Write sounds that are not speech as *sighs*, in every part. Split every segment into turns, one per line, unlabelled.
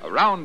From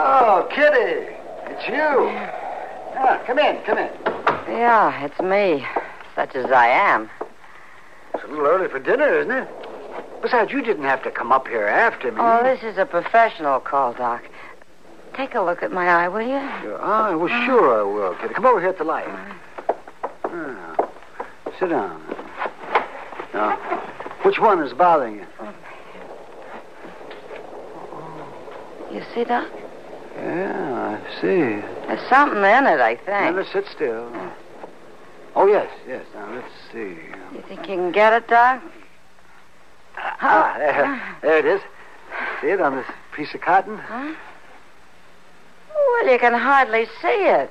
Oh, Kitty, it's you. Ah, come in, come in.
Yeah, it's me, such as I am.
It's a little early for dinner, isn't it? Besides, you didn't have to come up here after me.
Oh, this is a professional call, Doc. Take a look at my eye, will you?
Ah, well, sure I will, Kitty. Come over here at the light. Ah, sit down. Now, which one is bothering you?
You see, Doc?
Yeah, I see.
There's something in it, I
Now,
think.
let's sit still. Oh, yes, yes. Now, let's see.
You think you can get it, Doc?
Ah, there, there it is. See it on this piece of cotton?
Well, you can hardly see it.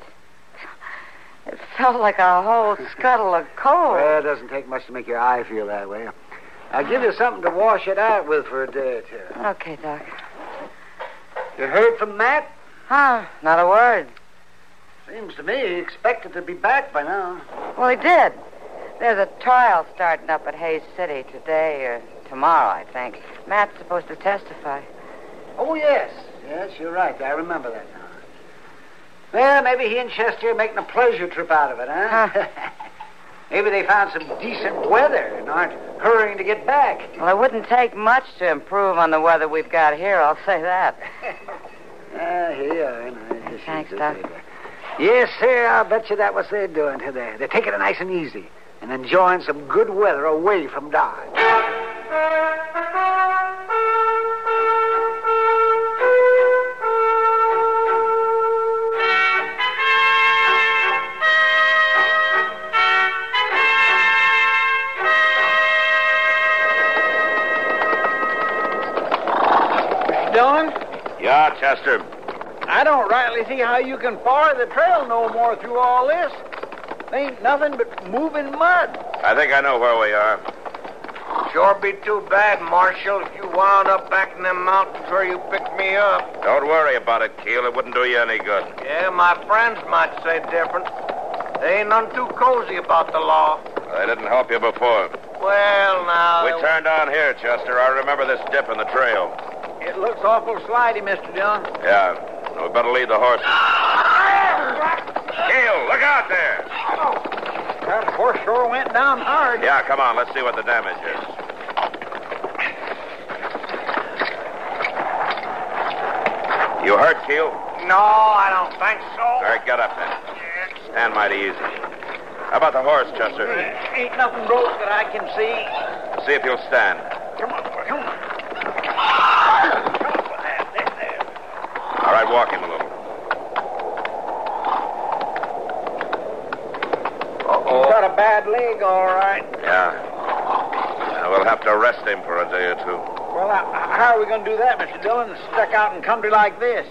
It felt like a
*laughs*
whole scuttle of coal.
Well, it doesn't take much to make your eye feel that way. I'll give you something to wash it out with for a day or two.
Okay, Doc.
You heard from Matt?
Huh? Not a word.
Seems to me he expected to be back by now.
Well, he did. There's a trial starting up at Hayes City today or tomorrow, I think. Matt's supposed to testify.
Oh, yes. Yes, you're right. I remember that now. Well, maybe he and Chester are making a pleasure trip out of it, huh? *laughs* maybe they found some decent weather and aren't hurrying to get back.
Well, it wouldn't take much to improve on the weather we've got here, I'll say that.
Ah, here you are. Now, this is
Thanks,
it,
Doc.
baby. Yes, sir. I'll bet you that was they're doing today. They're taking it nice and easy and enjoying some good weather away from Dodge.
Dillon,
Yeah, Chester.
I don't rightly see how you can bar the trail no more through all this. Ain't nothing but moving mud.
I think I know where we are.
Sure be too bad, Marshal, if you wound up back in them mountains where you picked me up.
Don't worry about it, Keel. It wouldn't do you any good.
Yeah, my friends might say different. They ain't none too cozy about the law.
They didn't help you before.
Well, now.
Uh,
We turned on here, Chester. I remember this dip in the trail.
It looks awful slidey, Mr. Dillon.
Yeah. We better lead the horse. Keel, look out there.
That horse sure went down hard.
Yeah, come on. Let's see what the damage is. You hurt, Keel?
No, I don't think
All
so.
right, get up then. Stand mighty easy. How about the horse, Chester?
Ain't nothing broke that I can see.
See if he'll stand.
Come on, boy, come on.
All right, walk him a little.
Got a bad leg, all right.
Yeah. And we'll have to arrest him for a day or two.
Well, I, I- how are we going to do that, Mr. Dillon, stuck out in country like this?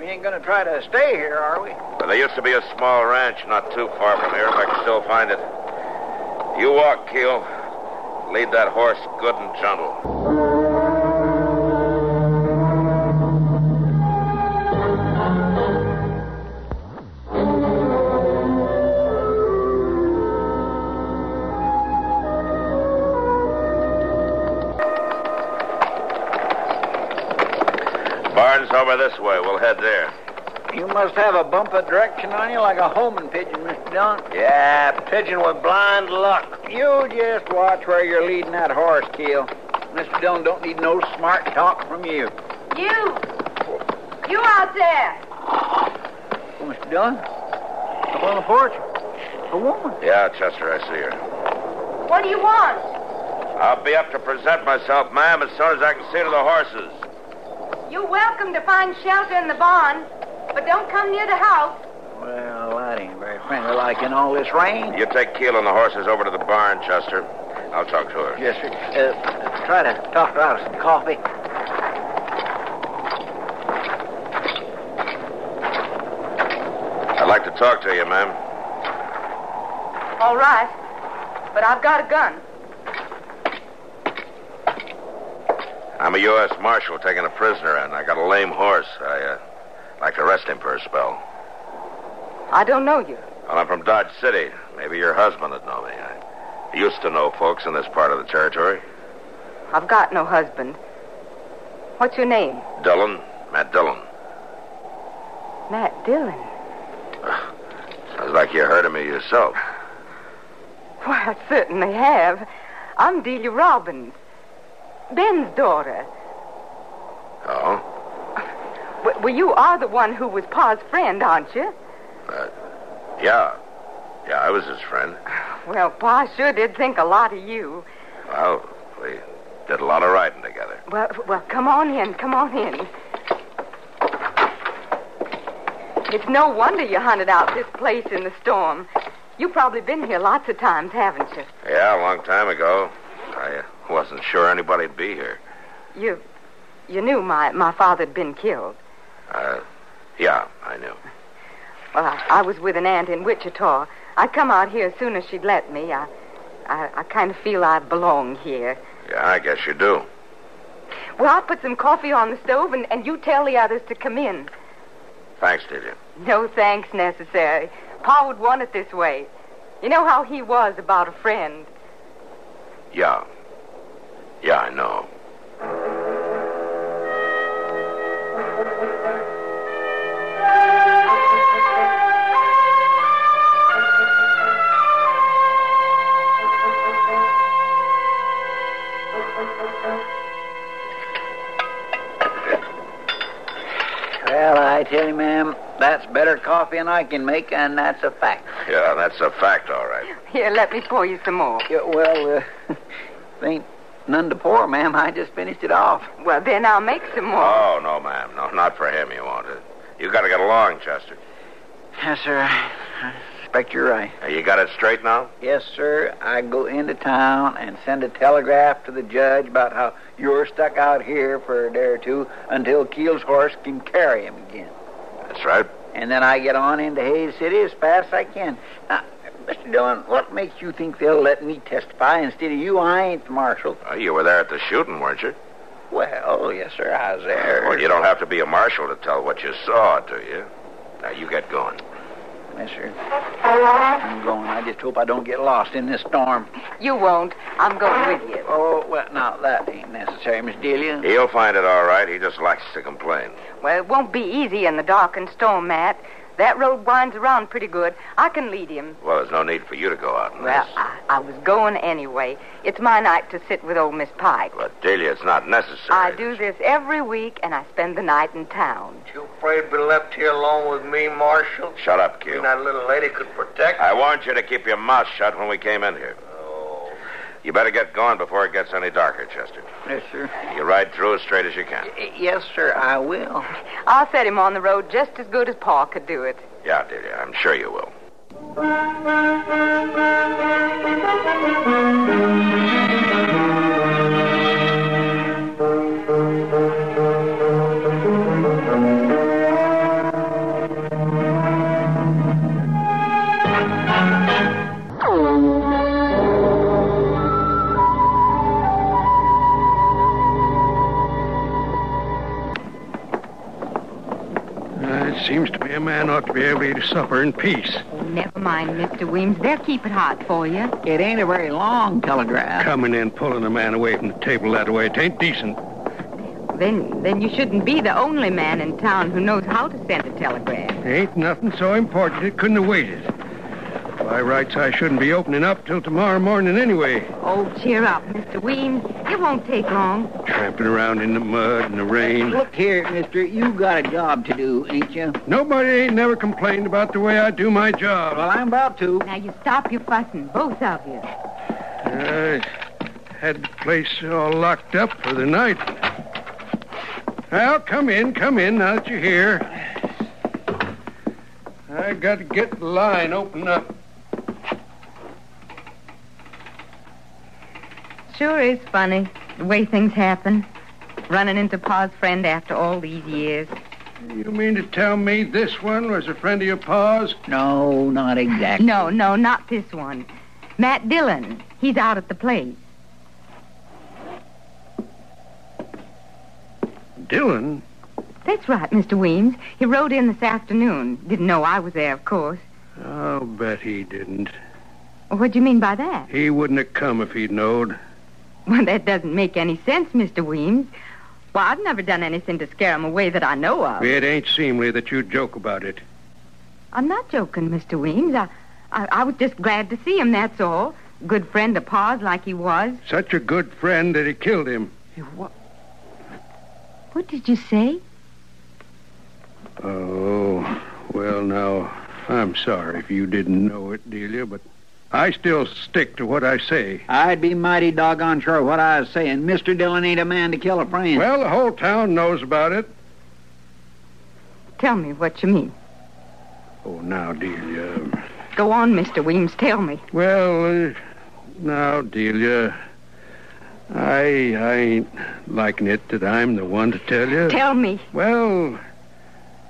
We ain't going to try to stay here, are we?
But there used to be a small ranch not too far from here, if I can still find it. You walk, Keel. Lead that horse good and gentle. over this way. We'll head there.
You must have a bump of direction on you like a homing pigeon, Mr. Dunk.
Yeah, pigeon with blind luck.
You just watch where you're leading that horse, Keel. Mr. Dillon don't need no smart talk from you.
You! You out there!
Oh, Mr. Dillon, up on the porch, a woman.
Yeah, Chester, I see her.
What do you want?
I'll be up to present myself, ma'am, as soon as I can see to the horses.
You're welcome to find shelter in the barn, but don't come near the house.
Well, that ain't very friendly like in all this rain.
You take Keel and the horses over to the barn, Chester. I'll talk to her.
Yes, sir. Uh, try to talk her out of some coffee.
I'd like to talk to you, ma'am.
All right, but I've got a gun.
I'm a U.S. Marshal taking a prisoner, and I got a lame horse. I, uh, like to rest him for a spell.
I don't know you.
Well, I'm from Dodge City. Maybe your husband would know me. I used to know folks in this part of the territory.
I've got no husband. What's your name?
Dillon, Matt Dillon.
Matt Dillon.
Sounds like you heard of me yourself.
Why, I certainly have. I'm Delia Robbins, Ben's daughter.
Oh?
W- well, you are the one who was Pa's friend, aren't you?
Yeah. Yeah, I was his friend.
Well, Pa sure did think a lot of you.
Well, we did a lot of riding together.
Well, well, come on in, come on in. It's no wonder you hunted out this place in the storm. You've probably been here lots of times, haven't you?
Yeah, a long time ago. I uh, wasn't sure anybody'd be here.
You, you knew my, my father had been killed.
Uh, yeah, I knew.
Well, I, I was with an aunt in Wichita. I'd come out here as soon as she'd let me. I, I, I kind of feel I belong here.
Yeah, I guess you do.
Well, I'll put some coffee on the stove, and, and you tell the others to come in.
Thanks, Delia.
No thanks necessary. Pa would want it this way. You know how he was about a friend.
Yeah. Yeah, I know. *laughs*
Well, I tell you, ma'am, that's better coffee than I can make, and that's a fact.
Yeah, that's a fact, all right.
Here, let me pour you some more.
Yeah, well, *laughs* uh, ain't none to pour, ma'am. I just finished it off.
Well, then I'll make some more.
Oh, no, ma'am. No, not for him, you won't. Uh, You gotta get along, Chester.
Yes, sir. I expect you're right.
Uh, You got it straight now?
Yes, sir. I go into town and send a telegraph to the judge about how you're stuck out here for a day or two until Keel's horse can carry him again.
That's right.
And then I get on into Hayes City as fast as I can. Now, Mr. Dillon, what makes you think they'll let me testify instead of you? I ain't the marshal.
Uh, you were there at the shooting, weren't you?
Well, yes, sir, I was there.
Well, you don't have to be a marshal to tell what you saw, do you? Now, you get going.
Yes, sir. I'm going. I just hope I don't get lost in this storm.
You won't. I'm going with you.
Oh, well, now, that ain't necessary, Miss Delia.
He'll find it all right. He just likes to complain.
Well, it won't be easy in the dark and storm, Matt. That road winds around pretty good. I can lead him.
Well, there's no need for you to go out in
Well,
this.
I, I was going anyway. It's my night to sit with old Miss Pike.
But, Delia, it's not necessary.
I do this every week, and I spend the night in town.
You afraid to be left here alone with me, Marshal?
Shut up,
You
Q.
that little lady could protect
I warned you to keep your mouth shut when we came in here.
Oh.
You better get going before it gets any darker, Chester.
Yes, sir.
You ride through as straight as you can.
Yes, sir, I will.
I'll set him on the road just as good as Pa could do it.
Yeah, Delia, I'm sure you will.
Uh, it seems to me a man ought to be able to eat supper in peace.
Oh, never mind, Mr. Weems. They'll keep it hot for you.
It ain't a very long telegraph.
Coming in, pulling a man away from the table that way, it ain't decent.
Then, then you shouldn't be the only man in town who knows how to send a telegram.
Ain't nothing so important it couldn't have waited. By rights, I shouldn't be opening up till tomorrow morning anyway.
Oh, cheer up, Mr. Weems. It won't take long.
Tramping around in the mud and the rain.
Look here, mister, you got a job to do, ain't you?
Nobody ain't never complained about the way I do my job.
Well, I'm about to.
Now you stop your fussing, both of you.
I had the place all locked up for the night. Well, come in, come in, now that you're here. I got to get the line open up.
Sure is funny, the way things happen. Running into Pa's friend after all these years.
You mean to tell me this one was a friend of your pa's?
No, not exactly.
No, no, not this one. Matt Dillon. He's out at the place.
Dylan?
That's right, Mr. Weems. He rode in this afternoon. Didn't know I was there, of course.
I'll bet he didn't.
What do you mean by that?
He wouldn't have come if he'd knowed.
Well, that doesn't make any sense, Mr. Weems. Well, I've never done anything to scare him away that I know of.
It ain't seemly that you joke about it.
I'm not joking, Mr. Weems. I, I, I was just glad to see him, that's all. Good friend of Pa's like he was.
Such a good friend that he killed him.
What did you say?
Oh, well, now, I'm sorry if you didn't know it, Delia, but I still stick to what I say.
I'd be mighty doggone sure what I was saying. Mr. Dillon ain't a man to kill a friend.
Well, the whole town knows about it.
Tell me what you mean.
Oh, now, Delia.
Go on, Mr. Weems, tell me.
Well, uh, now, Delia, I, I ain't liking it that I'm the one to tell you.
Tell me.
Well,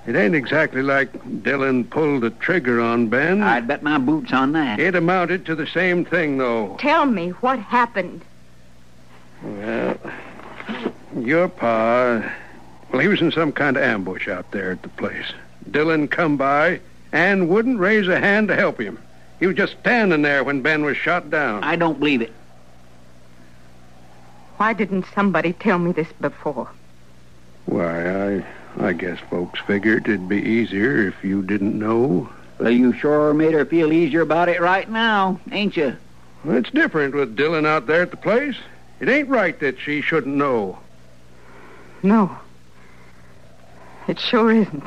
it ain't exactly like Dylan pulled the trigger on Ben.
I'd bet my boots on that.
It amounted to the same thing, though.
Tell me what happened.
Well, your pa, well, he was in some kind of ambush out there at the place. Dylan come by and wouldn't raise a hand to help him. He was just standing there when Ben was shot down.
I don't believe it.
Why didn't somebody tell me this before?
Why, I, I guess folks figured it'd be easier if you didn't know.
Well, you sure made her feel easier about it right now, ain't you?
Well, it's different with Dylan out there at the place. It ain't right that she shouldn't know.
No. It sure isn't.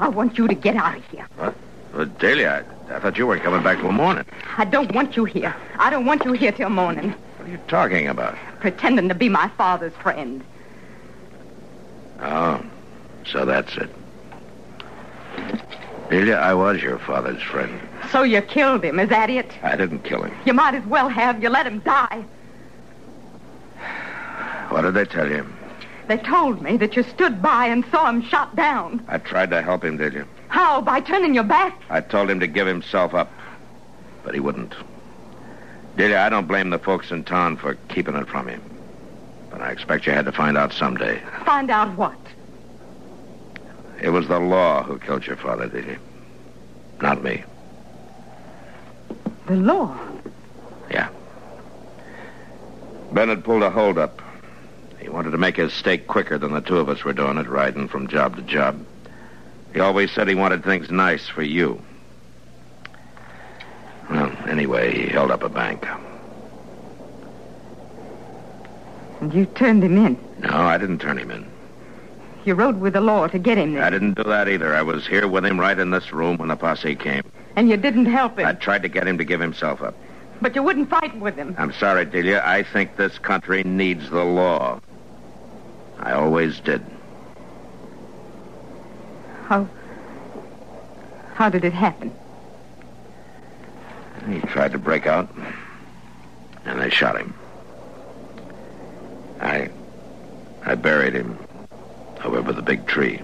I want you to get out of here.
Well, Delia, I, I thought you weren't coming back till morning.
I don't want you here. I don't want you here till morning,
What are you talking about?
pretending to be my father's friend.
Oh, so that's it. Delia, I was your father's friend.
So you killed him, is that it?
I didn't kill him.
You might as well have. You let him die.
What did they tell you?
They told me that you stood by and saw him shot down.
I tried to help him, Delia.
How? By turning your back?
I told him to give himself up, but he wouldn't. Delia, I don't blame the folks in town for keeping it from him. But I expect you had to find out someday.
Find out what?
It was the law who killed your father, Delia. Not me.
The law.
Bennett pulled a holdup. He wanted to make his stake quicker than the two of us were doing it, riding from job to job. He always said he wanted things nice for you. Well, anyway, he held up a bank.
And you turned him in.
No, I didn't turn him in.
You rode with the law to get him
I
there.
didn't do that either. I was here with him right in this room when the posse came.
And you didn't help him.
I tried to get him to give himself up.
But you wouldn't fight with him.
I'm sorry, Delia. I think this country needs the law. I always did.
How did it happen?
He tried to break out, and they shot him. I, I buried him over by the big tree.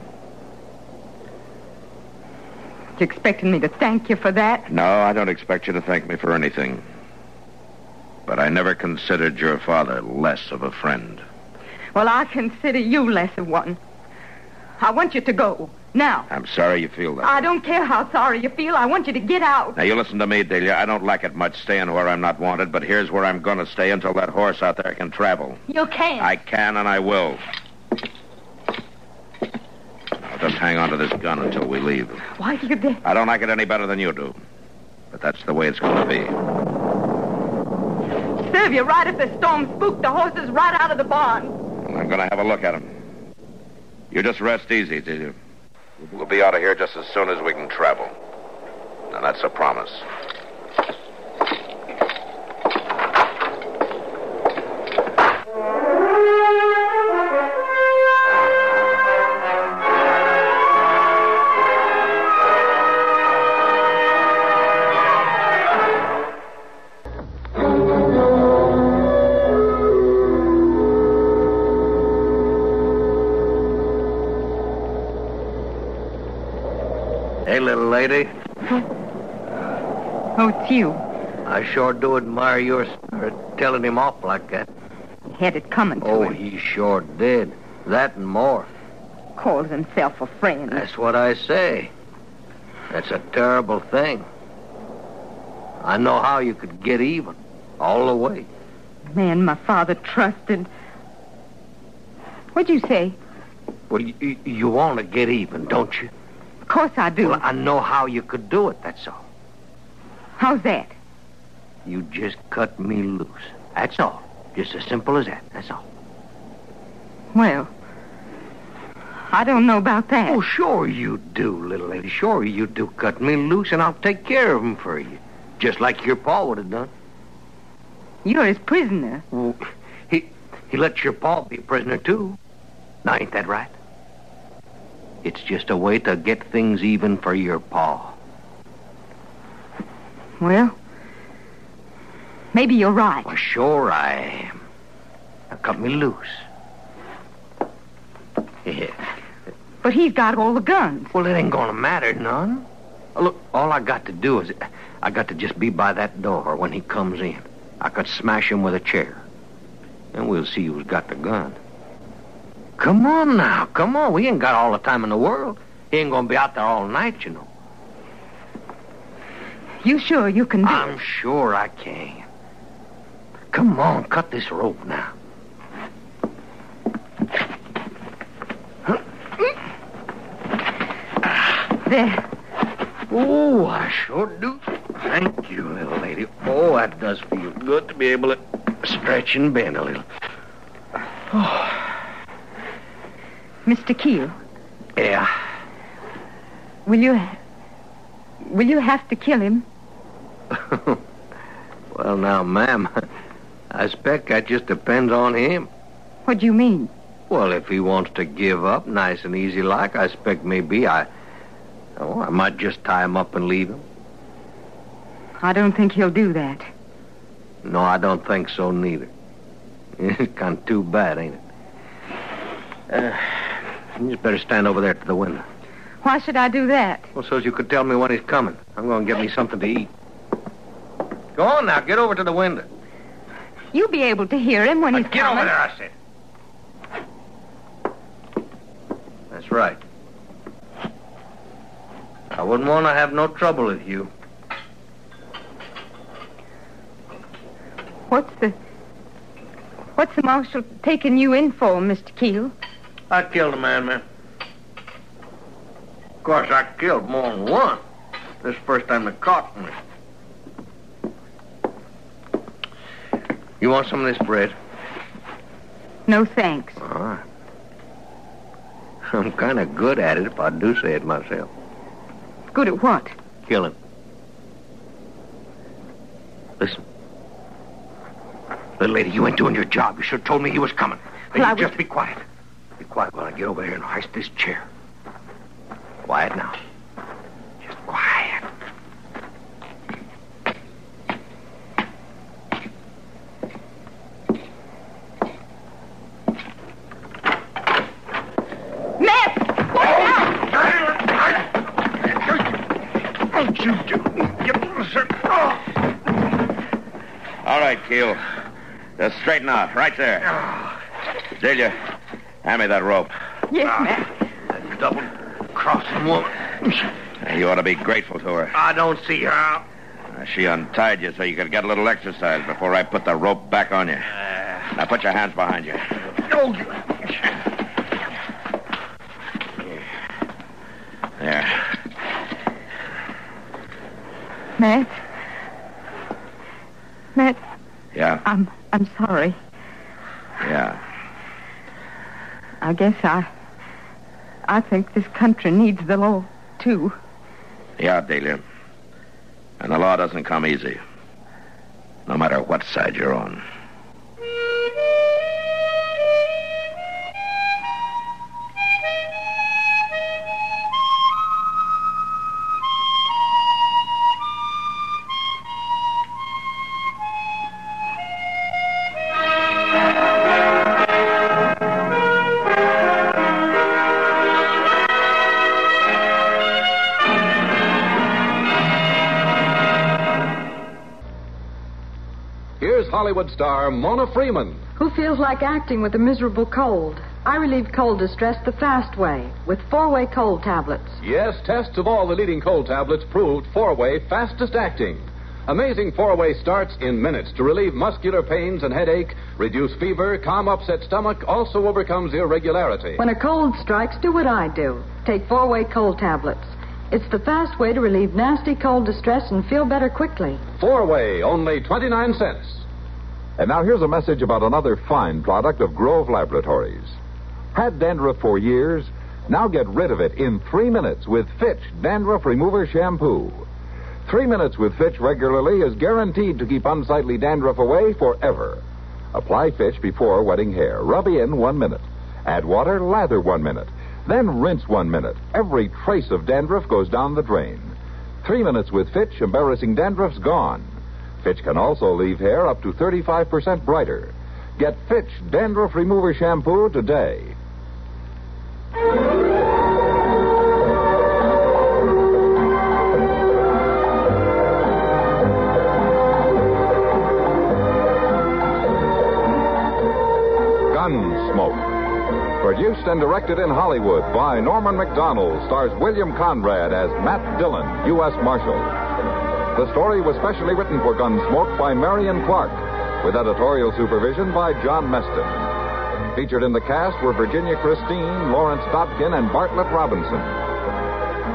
You expecting me to thank you for that?
No, I don't expect you to thank me for anything. But I never considered your father less of a friend.
Well, I consider you less of one. I want you to go. Now.
I'm sorry you feel that.
I don't care how sorry you feel. I want you to get out.
Now, you listen to me, Delia. I don't like it much staying where I'm not wanted, but here's where I'm going to stay until that horse out there can travel.
You can't.
I can and I will. Now, just hang on to this gun until we leave.
Why you did?
I don't like it any better than you do, but that's the way it's going to be.
Serve you right if the storm spooked the horses right out of the barn.
I'm going to have a look at him. You just rest easy, Delia. We'll be out of here just as soon as we can travel. Now, that's a promise.
Hey, little lady,
Oh, it's you.
I sure do admire your spirit telling him off like that.
Had it coming to
Oh,
him.
he sure did. That and more.
Calls himself a friend.
That's what I say. That's a terrible thing. I know how you could get even, all the way.
Man, my father trusted. What'd you say?
Well, you, you want to get even, don't you?
Of course I do.
Well, I know how you could do it, that's all.
How's that?
You just cut me loose. That's all. Just as simple as that, that's all.
Well, I don't know about that.
Oh, sure you do, little lady. Sure you do. Cut me loose, and I'll take care of 'em for you. Just like your pa would have done.
You're his prisoner.
Well, He, he let your pa be a prisoner, too. Now, ain't that right? It's just a way to get things even for your pa.
Well, maybe you're right.
Well, sure I am. Now, cut me loose. Yeah.
But he's got all the guns.
Well, it ain't gonna matter none. Look, all I got to do is I got to just be by that door when he comes in. I could smash him with a chair. And we'll see who's got the gun. Come on now, come on. We ain't got all the time in the world. He ain't gonna be out there all night, you know.
You sure you can do
I'm sure I can. Come on, cut this rope now.
it? There.
Oh, I sure do. Thank you, little lady. Oh, that does feel good to be able to stretch and bend a
*sighs*
little.
Mr. Keel,
Yeah.
will you... Will you have to kill him?
*laughs* well, now, ma'am, *laughs* I expect that just depends on him.
What do you mean?
Well, if he wants to give up nice and easy like, I expect maybe I. Oh, I might just tie him up and leave him.
I don't think he'll do that.
No, I don't think so, neither. *laughs* It's kind of too bad, ain't it? Uh, you just better stand over there to the window.
Why should I do that?
Well, so you could tell me when he's coming. I'm going to get me something to eat. Go on now, get over to the window.
You'll be able to hear him when he's
Get
coming.
over there, I said. That's right. I wouldn't want to have no trouble with you.
What's the... What's the marshal taking you in for, Mr. Keel?
I killed a man, man. Of course, I killed more than one. This is the first time they caught me. You want some of this bread?
No thanks.
All right. I'm kind of good at it if I do say it myself.
Good at what?
Kill him. Listen. Little lady, you ain't doing your job. You should have told me he was coming. Now,
Well, I
you
was-
just be quiet. Be quiet while I get over here and hoist this chair. Quiet now. Just quiet.
right, Keel. Just straighten out, right there. Delia, hand me that rope.
Yes, Matt.
Double crossing woman. You ought to be grateful to her. Uh,
I don't see how.
She untied you so you could get a little exercise before I put the rope back on you.
Uh.
Now put your hands behind you.
No.
There.
Matt. Matt,
Yeah,
I'm I'm sorry.
yeah.
I guess I I think this country needs the law too.
Yeah, Delia. And the law doesn't come easy. No matter what side you're on.
Here's Hollywood star Mona Freeman.
Who feels like acting with a miserable cold? I relieve cold distress the fast way with four way cold tablets.
Yes, tests of all the leading cold tablets proved four way fastest acting. Amazing four way starts in minutes to relieve muscular pains and headache, reduce fever, calm upset stomach, also overcomes irregularity.
When a cold strikes, do what I do take four way cold tablets. It's the fast way to relieve nasty cold distress and feel better quickly.
Four way, only 29 cents.
And now here's a message about another fine product of Grove Laboratories. Had dandruff for years? Now get rid of it in three minutes with Fitch Dandruff Remover Shampoo. Three minutes with Fitch regularly is guaranteed to keep unsightly dandruff away forever. Apply Fitch before wetting hair. Rub in one minute. Add water, lather one minute. Then rinse one minute. Every trace of dandruff goes down the drain. Three minutes with Fitch, embarrassing dandruff's gone. Fitch can also leave hair up to 35% brighter. Get Fitch Dandruff Remover Shampoo today. Gunsmoke. Produced and directed in Hollywood by Norman McDonald, stars William Conrad as Matt Dillon, U.S. Marshal. The story was specially written for Gunsmoke by Marion Clark, with editorial supervision by John Meston. Featured in the cast were Virginia Christine, Lawrence Dobkin, and Bartlett Robinson.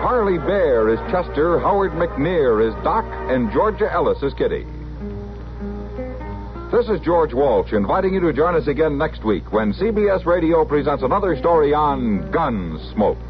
Harley Bear is Chester, Howard McNear is Doc, and Georgia Ellis is Kitty. This is George Walsh inviting you to join us again next week when CBS Radio presents another story on Gunsmoke.